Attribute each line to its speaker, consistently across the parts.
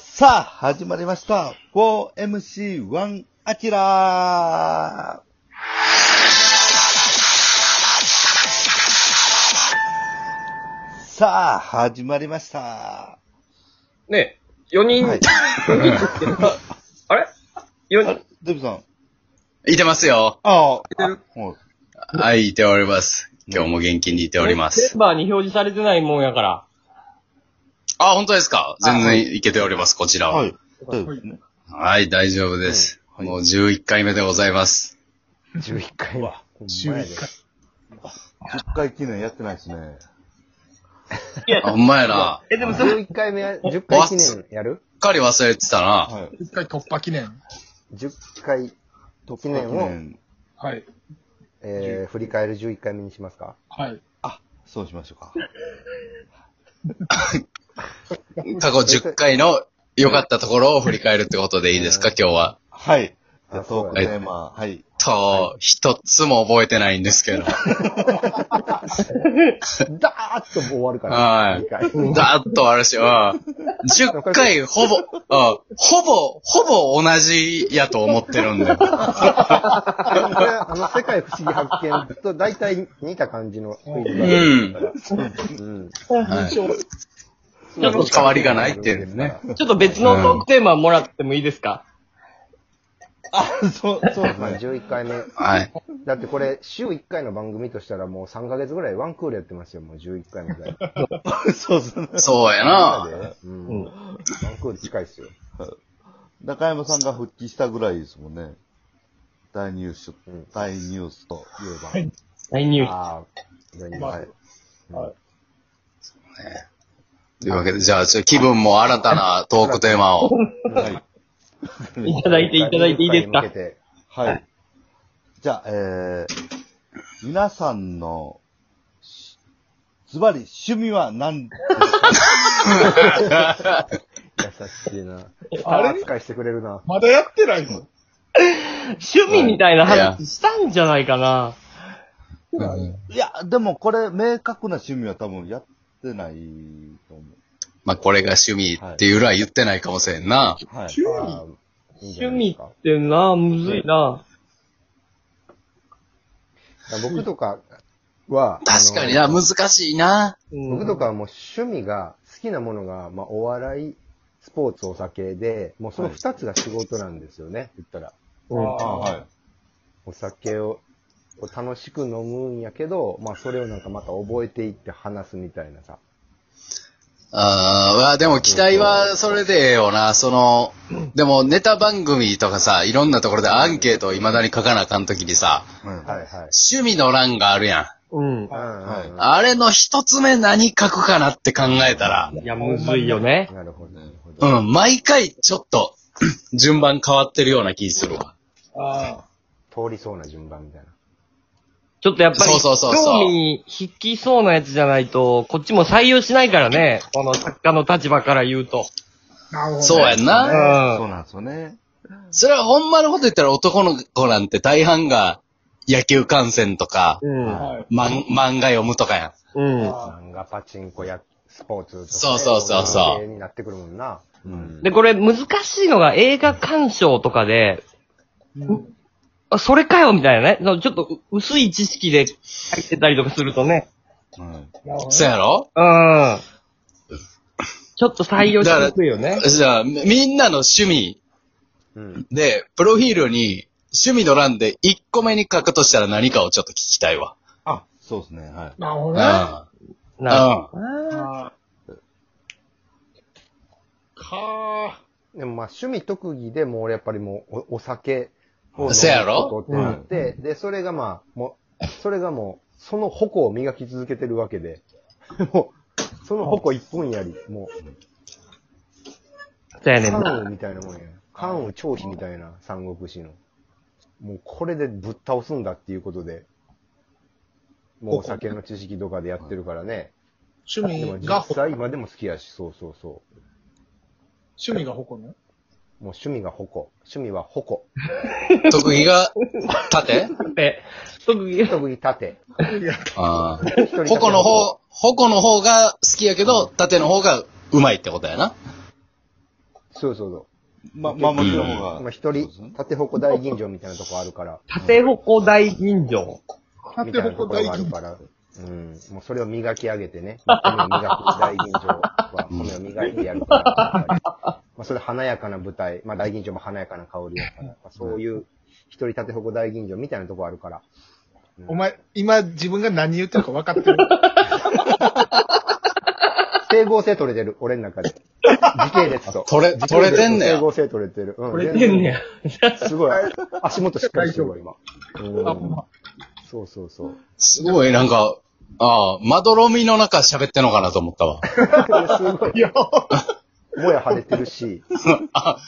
Speaker 1: さあ、始まりました。4MC1 アキラさあ、始まりました。
Speaker 2: ね、4人、
Speaker 1: はい。
Speaker 2: あれ ?4
Speaker 1: あ
Speaker 2: 人
Speaker 1: れ、デブさん。
Speaker 3: いてますよ。
Speaker 1: あ
Speaker 2: てる
Speaker 1: あ、も
Speaker 3: はい、いております。今日も元気にいておりま
Speaker 4: メン
Speaker 3: す。
Speaker 4: バーに表示されてないもんやから。
Speaker 3: あ、本当ですか全
Speaker 1: は
Speaker 3: 然いけております、こち
Speaker 1: う、
Speaker 3: らは。
Speaker 1: は
Speaker 3: はいい、。
Speaker 1: 大丈夫ですね。
Speaker 3: 大丈夫です。
Speaker 1: はい
Speaker 3: もう11回目でございます。
Speaker 5: 11回
Speaker 1: う。わ、
Speaker 5: 11回
Speaker 1: 10回記念やってないですね。
Speaker 2: いや、
Speaker 3: あほんまやな。
Speaker 2: え、でもさ、
Speaker 5: 11回目、10回記念やる
Speaker 3: うっかり忘れてたな。
Speaker 1: はい。
Speaker 6: 一回突破記念。
Speaker 5: ?10 回、
Speaker 1: 突
Speaker 5: 念を
Speaker 6: はい。
Speaker 5: えー、振り返る11回目にしますか
Speaker 6: はい。
Speaker 1: そうしましょうか。
Speaker 3: 過去10回の良かったところを振り返るってことでいいですか、今日は。
Speaker 1: はい。じゃあ、
Speaker 5: あそう
Speaker 1: トーク
Speaker 5: だ
Speaker 3: ね
Speaker 1: テーマ、はい。
Speaker 3: と、一つも覚えてないんですけど。
Speaker 5: だーっと終わるから。
Speaker 3: はい
Speaker 5: 11回
Speaker 3: だーっとあるし、うん。10回ほぼ、うんほぼ、ほぼ同じやと思ってるんで。
Speaker 5: これあの、世界不思議発見と大体似た感じのクイズ
Speaker 3: う
Speaker 5: がある
Speaker 3: ん。
Speaker 5: から。うん。
Speaker 3: はい変わりがないっていうんですね。
Speaker 4: ちょっと別のトークテーマもらってもいいですか、
Speaker 1: あ、そう、そうです
Speaker 5: まあ、
Speaker 1: ね。
Speaker 5: 11回目。
Speaker 3: はい。
Speaker 5: だってこれ、週1回の番組としたらもう3ヶ月ぐらいワンクールやってますよ、もう11回目ぐら い。
Speaker 1: そうですね。
Speaker 3: そうや
Speaker 5: みん
Speaker 3: な。
Speaker 5: なでうん。ワンクール近いっすよ。
Speaker 1: 中山さんが復帰したぐらいですもんね。大ニュース、
Speaker 5: うん
Speaker 1: 大ニュースといえば。
Speaker 4: 大ニュース。
Speaker 5: ああ、何
Speaker 6: まあ
Speaker 5: はい。
Speaker 3: というわけで、じゃあ、ちょっと気分も新たなトークテーマを。
Speaker 1: はい。
Speaker 4: いただいていただいていいですか
Speaker 5: 向けて
Speaker 1: はい。じゃあ、えー、皆さんの、しズバリ趣味は何ですか
Speaker 5: 優しいな。
Speaker 6: あれ
Speaker 5: 扱いしてくれるな。
Speaker 6: まだやってないの
Speaker 4: 趣味みたいない話したんじゃないかな。
Speaker 1: いや、でもこれ、明確な趣味は多分やってないと思
Speaker 3: まあ、これが趣味っていうらは言ってないかもしれんな。
Speaker 1: う。はい。
Speaker 6: 注
Speaker 5: あ
Speaker 6: 意
Speaker 5: ーいいん
Speaker 4: 趣
Speaker 5: じゃないで
Speaker 4: 味
Speaker 5: すか
Speaker 4: ってな、むずいな。
Speaker 5: 僕とかは、
Speaker 3: 確かに
Speaker 5: あ
Speaker 3: な、難しいな。
Speaker 4: うん
Speaker 5: の僕とかはもう趣味が、好きなものが、まあ、お笑い、スポーツ、お酒で、もうその二つが仕事なんですよね、言ったら。
Speaker 1: あはい。
Speaker 5: お酒を、を楽しく飲むんやけど、まあ、それをなんかまた覚えていって話すみたいなさ。
Speaker 3: あーまあ、でも期待はそれでええよな。その、でもネタ番組とかさ、いろんなところでアンケートを未だに書かなあかんときにさ、
Speaker 1: うん
Speaker 5: はいはい。
Speaker 3: 趣味の欄があるやん。
Speaker 4: うん。
Speaker 5: うんうん
Speaker 3: あれの一つ目何書くかなって考えたら、
Speaker 4: いや、むずいよね
Speaker 5: うん。。なるほど、なるほど。
Speaker 3: うん、毎回ちょっと 順番変わってるような気するわ。
Speaker 6: あ
Speaker 5: 通りそうな順番みたいな。
Speaker 4: ちょっとやっぱり、
Speaker 3: そうそうそうそう
Speaker 4: 興味に引きそうなやつじゃないと、こっちも採用しないからね。この作家の立場から言うと。
Speaker 6: あ。なるほど、ね。
Speaker 3: そうやん
Speaker 4: う。
Speaker 3: な。
Speaker 1: そうんなんですよね。
Speaker 3: それはほんまのこと言ったら男の子なんて大半が野球観戦とか、
Speaker 4: うん。
Speaker 6: はい。
Speaker 3: まん、漫画読むとかやん。
Speaker 4: うん。
Speaker 5: 漫画、パチンコや、スポーツとかね
Speaker 3: そうそうそうそう
Speaker 5: いの系になってくるもんな。
Speaker 1: うん
Speaker 4: で、これ難しいのが映画鑑賞とかで、
Speaker 6: うん
Speaker 4: あそれかよみたいなね。そのちょっとう薄い知識で入ってたりとかするとね。
Speaker 1: うん。
Speaker 6: なるほど
Speaker 3: そう
Speaker 6: ね。
Speaker 3: やろ
Speaker 4: うん。ちょっと採用しにくいよね。
Speaker 3: じゃあ、みみんなの趣味
Speaker 5: うん。
Speaker 3: で、プロフィールに趣味の欄で1個目に書くとしたら何かをちょっと聞きたいわ。
Speaker 1: あ、そうですね。はい。
Speaker 6: なるほど
Speaker 3: うん。
Speaker 6: ね。あ
Speaker 3: う
Speaker 4: なるほ
Speaker 6: あ。か
Speaker 5: でもまあ趣味特技でもう俺やっぱりもうおお酒を飲む
Speaker 3: せやろ
Speaker 5: ことってなって、で、それがまあ、もう、それがもう、その矛を磨き続けてるわけで、 もう、その矛一本やり、も
Speaker 4: ど。そうや
Speaker 5: う、
Speaker 4: ねん
Speaker 5: 関
Speaker 4: な。
Speaker 5: 羽みたいなもんや。関羽長飛みたいな、三国志の。もうこれでぶっ倒すんだっていうことで、もうお酒の知識とかでやってるからね。
Speaker 6: ー
Speaker 5: でも
Speaker 6: 趣味が
Speaker 5: 実
Speaker 6: ほ、
Speaker 5: 際今でも好きやし、そうそうそう。
Speaker 6: 趣味が誇るね。
Speaker 5: もう趣味が矛。趣味は矛。
Speaker 3: ん。特技が縦
Speaker 4: で、特技、
Speaker 5: 特技盾。
Speaker 3: ああ。
Speaker 5: 一人盾
Speaker 3: 矛の方、矛の方が好きやけど、縦の方がうまいってことやな。
Speaker 5: そうそうそう。
Speaker 1: ま、守りの方が。
Speaker 5: まあ、
Speaker 1: そ
Speaker 5: 一人
Speaker 1: うですね、
Speaker 5: 縦方向大吟醸みたいなとこあるから、
Speaker 4: 縦方向大吟醸。
Speaker 6: 縦
Speaker 5: みたいなと
Speaker 6: 方向
Speaker 5: ころ
Speaker 6: 大
Speaker 5: がある
Speaker 6: 吟
Speaker 5: か。ら、うん。もうそれを磨き上げてね、米を磨く大吟醸は、米を磨いてやるから、やっぱりまあ、それ華やかな舞台、まあ、大吟醸も華やかな香りだから、まあ、そういう、一人縦方向大吟醸みたいなところあるから、
Speaker 6: お前、今自分が何言ってるか分か ってる。
Speaker 5: 整合性取れてる、俺の中で。時系列と。
Speaker 3: 取れ、取れてんね
Speaker 5: 整
Speaker 3: や。
Speaker 5: 合性取れてる。うん、
Speaker 4: これてんねや。
Speaker 5: すごい。足元しっかりしてるわ、今。
Speaker 6: あほんま
Speaker 5: うんそうそうそう。
Speaker 3: すごい、なんか、ああ、まどろみの中喋ってんのかなと思った わ。
Speaker 5: いやすごい。もや晴れて るし、
Speaker 3: あ、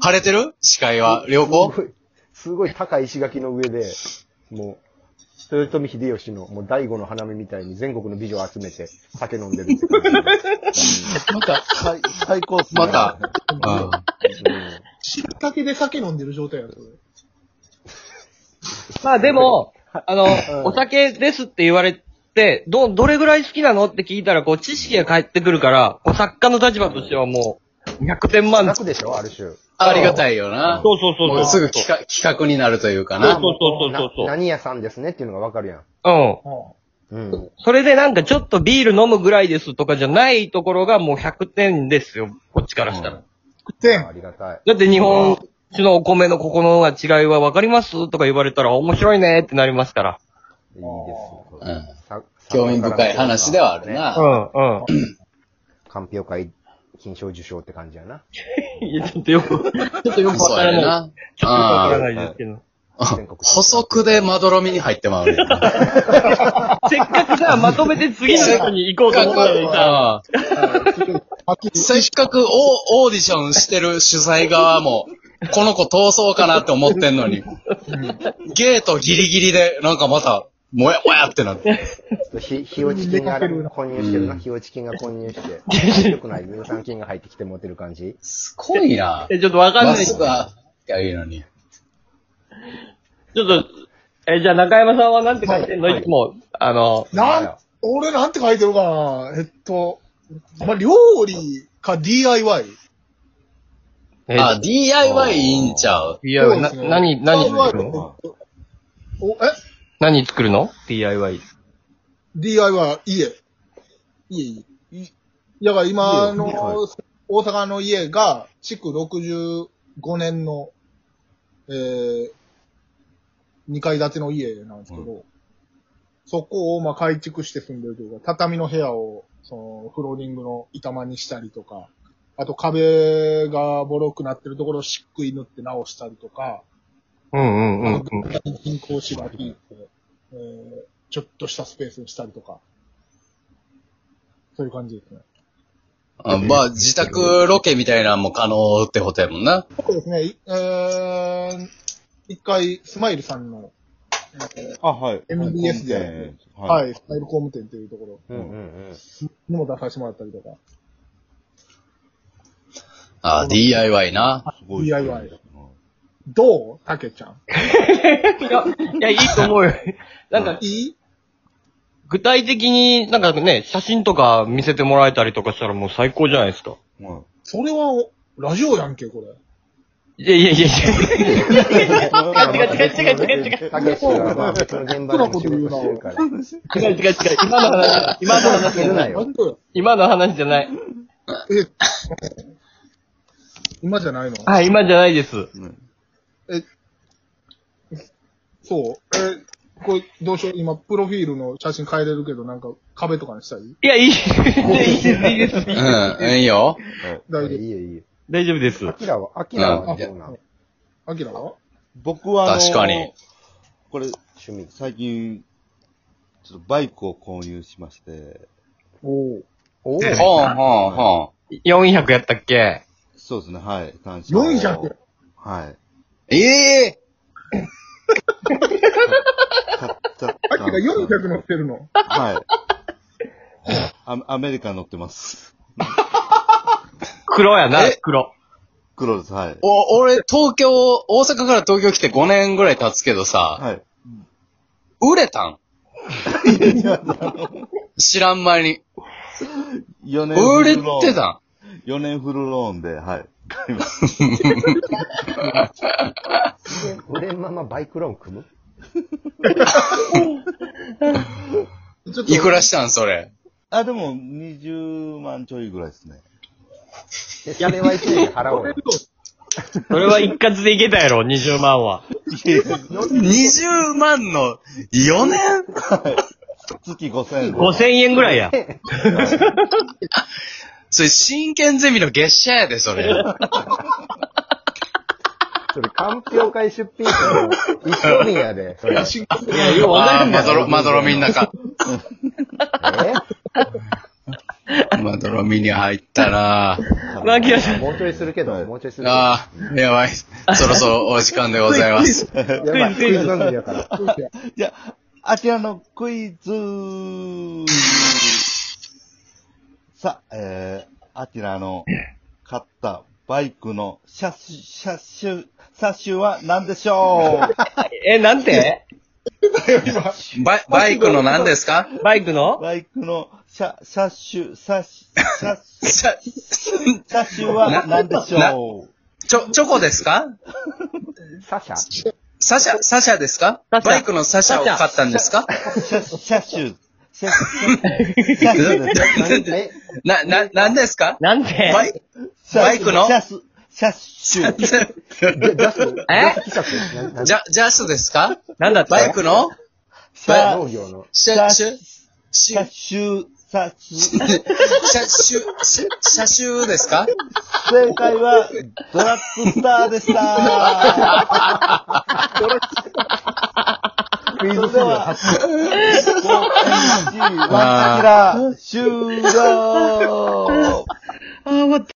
Speaker 3: 晴れてる視界は。良
Speaker 5: すご
Speaker 3: 好
Speaker 5: い、すごい高い石垣の上で、もう、豊臣秀吉の、もう第五の花見みたいに全国の美女を集めて酒飲んでるって感じ。
Speaker 1: また、最最高っすね。
Speaker 3: ま た。うん。
Speaker 5: うん
Speaker 6: きっかけで酒飲んでる状態やろ、それ
Speaker 4: まあでも、あの、お酒ですって言われて、ど、どれぐらい好きなのって聞いたら、こう、知識が返ってくるから、こう、作家の立場としてはもう、100点満足。
Speaker 5: 楽でしょある種。
Speaker 3: ありがたいよな。
Speaker 4: そうそうそう
Speaker 3: も
Speaker 4: そうう。
Speaker 3: すぐ企画企画になるというかな。
Speaker 4: そうそうそうそうそう
Speaker 5: な何屋さんですねっていうのがわかるやん。
Speaker 4: うん。
Speaker 5: うん。
Speaker 4: それでなんかちょっとビール飲むぐらいですとかじゃないところがもう100点ですよ。こっちからしたら。
Speaker 5: ありがたい。
Speaker 4: だって日本酒のお米のここの違いは分かりますとか言われたら面白いねってなりますから。
Speaker 5: いいです
Speaker 3: うん
Speaker 5: さ。
Speaker 3: 興味深い話ではある。
Speaker 4: う
Speaker 3: な。
Speaker 4: んう
Speaker 5: 鑑評会金賞受賞って感じやな。
Speaker 4: ん。いや、ちょっとよく、ちょっとよく分
Speaker 3: そう
Speaker 4: から
Speaker 3: や
Speaker 4: ない。
Speaker 3: な。
Speaker 4: ちょっとよく分からないですけど。
Speaker 5: 全国
Speaker 3: 補足でまどろみに入ってまうねんな。
Speaker 4: せっかくさ、まとめて次の人に行こうと思ったの にさ、
Speaker 3: うんせっかくオオーディションしてる主催側も、この子通そうかなって思ってんのに、ゲートギリギリで、なんかまた、もやもやってなって。
Speaker 5: ひ、ひよち菌が混入してる
Speaker 3: う
Speaker 5: な。
Speaker 3: ん
Speaker 5: ひよち菌が混入して。良くない乳酸菌が入ってきて持てる感じ。
Speaker 3: すごいな。
Speaker 4: えちょっと分かんな
Speaker 3: マ
Speaker 4: い。ち
Speaker 3: ス
Speaker 4: ょっ
Speaker 3: が、いや、いいのに。
Speaker 4: と、え、じゃあ中山さんはなんて書いてんの
Speaker 5: はい
Speaker 4: いつも、あの、
Speaker 6: なん、俺なんて書いてるかなえっと、まあ、料理か DIY。
Speaker 4: え
Speaker 3: あ、DIY いいんちゃう
Speaker 4: DIY、
Speaker 6: そう
Speaker 4: な
Speaker 6: ですね
Speaker 4: 何、何作る
Speaker 6: DIY
Speaker 4: の
Speaker 6: お、え
Speaker 4: 何作るの ?DIY。
Speaker 6: ?DIY、家。家、家。いだから今
Speaker 5: 家家
Speaker 6: の
Speaker 5: は
Speaker 6: 大阪の家が、築65年の、えー、2階建ての家なんですけど、そこをまあ改築して住んでるというか、畳の部屋を、その、フローリングの板間にしたりとか、あと壁がボロくなってるところを漆喰塗って直したりとか、
Speaker 4: うんうんうん
Speaker 6: あ
Speaker 4: うん
Speaker 6: の。銀行芝引いて、えーちょっとしたスペースにしたりとか。そういう感じですね。
Speaker 3: あまあ、自宅ロケみたいなのも可能ってことやもんな。
Speaker 6: そうですね。いえー、一回、スマイルさんの、
Speaker 1: あ、はい。
Speaker 6: MBS では、
Speaker 1: はい
Speaker 6: スマイル工務店というとこ
Speaker 5: うんうん
Speaker 6: ろにも出させてもらったりとか。
Speaker 3: あ、DIY な。
Speaker 1: い。すごい。
Speaker 6: DIY どうたけちゃん。
Speaker 4: いや、いや、いいと思うよ。 なんか、
Speaker 6: いい
Speaker 4: 具体的になんかね、写真とか見せてもらえたりとかしたらもう最高じゃないですか。
Speaker 1: うん。うん
Speaker 6: それは、ラジオやんけ、これ。
Speaker 4: いやいやいやいや。
Speaker 5: うん。
Speaker 4: 違う違う違う違う違う
Speaker 5: たけしはまあ別の現場でも仕事してるから。
Speaker 4: 違う違う違う。今の話、今の話じゃない。
Speaker 5: よ
Speaker 6: なんで
Speaker 4: 今の話じゃない。
Speaker 6: え、今じゃないの
Speaker 4: あ、今じゃないです。
Speaker 6: そう。え、これ、どうしよう今、プロフィールの写真変えれるけど、なんか、壁とかにしたい
Speaker 4: いや、いい、いいです、い いです。
Speaker 3: うん、いい よ。
Speaker 6: 大丈夫
Speaker 5: いいよいいよ。
Speaker 4: 大丈夫です。
Speaker 5: アキラは、アキラはどうなん
Speaker 6: アキラは
Speaker 1: 僕は、あの
Speaker 3: 確かに。
Speaker 1: これ、
Speaker 5: 趣味。
Speaker 1: 最近、ちょっとバイクを購入しまして、
Speaker 6: おお。
Speaker 3: ほんほ
Speaker 5: お
Speaker 3: んほ
Speaker 4: 400やったっけ
Speaker 1: そうですね、はい。単車を
Speaker 6: 400。
Speaker 1: はい。
Speaker 3: ん。ええ
Speaker 1: 買っちゃっ
Speaker 6: ア
Speaker 1: たん
Speaker 6: キ
Speaker 1: で
Speaker 6: ラ
Speaker 1: すよ
Speaker 6: 400乗ってるの。
Speaker 1: はい。アアメリカン乗ってます。
Speaker 4: 黒やな
Speaker 3: え、
Speaker 4: 黒。
Speaker 1: 黒です、はい。
Speaker 3: お、俺、東京、大阪から東京来て5年ぐらい経つけどさ、
Speaker 1: はい。
Speaker 3: 売れた ん知らん前に。
Speaker 1: 4年
Speaker 3: 売れてたん
Speaker 1: 4年フルローンで、はい。買いました。
Speaker 5: 俺ままバイクローン 組む
Speaker 6: ちょっと
Speaker 3: いくらしたん、それ。
Speaker 1: あ、でも、20万ちょいぐらいですね。
Speaker 5: でそれは一年で払おうよ。
Speaker 4: それは一括でいけたやろ、20万は。
Speaker 3: 20万の4年
Speaker 1: 月5000円で。
Speaker 4: 5000円ぐらいや。
Speaker 3: それ、真剣ゼミの月謝やで、それ。
Speaker 5: それ、鑑評会出品者の一緒にやで、 それ。
Speaker 4: いや、ようわかる
Speaker 3: あー
Speaker 4: んな
Speaker 3: ま
Speaker 4: い。
Speaker 3: どろ、まどろみんなか。
Speaker 5: え
Speaker 3: まどろみに入ったな
Speaker 4: マキアさん、
Speaker 5: もうちょいするけど、もうちょいするけど。
Speaker 3: ああ、やばい。そろそろお時間でござ います。
Speaker 5: やばい、クイズ番組だから。
Speaker 1: じゃあ、あちらのクイズさあ、えー、あちらの買ったバイクの車種、車種、車種は何でしょ
Speaker 4: え、なんて
Speaker 3: バイバイクの何ですか
Speaker 4: バイク
Speaker 1: う
Speaker 4: の
Speaker 1: バイクの車、車種、車種、
Speaker 3: ち
Speaker 1: 車
Speaker 3: ゃ
Speaker 1: 種は何でしょう
Speaker 3: ちょ、チョコですか
Speaker 5: サシャ
Speaker 3: サシャ、サシャですか
Speaker 4: サシャ
Speaker 3: バイクのサシャを買ったんですか
Speaker 1: 車車種、車種、車種です
Speaker 5: え
Speaker 3: な、な、何ですか
Speaker 4: なんて
Speaker 3: バイ、
Speaker 1: 車種
Speaker 3: バイクの
Speaker 1: 車種、車種、
Speaker 5: ジャジャスジ
Speaker 4: え
Speaker 5: ャス企画なな
Speaker 3: ジャ、ジャスですか
Speaker 4: なんだって
Speaker 3: バイクの
Speaker 1: 車
Speaker 5: 農業の。
Speaker 3: シャ、シュ、シ
Speaker 1: 車
Speaker 3: ュ、
Speaker 1: 種、車種、
Speaker 3: シャ、シュ、シャシュですか
Speaker 1: 正解は、ドラッグスターでした。
Speaker 5: クイズ
Speaker 1: それ
Speaker 5: 企
Speaker 1: で
Speaker 5: 画
Speaker 1: は、5、1、1、終了
Speaker 4: あー、終わった。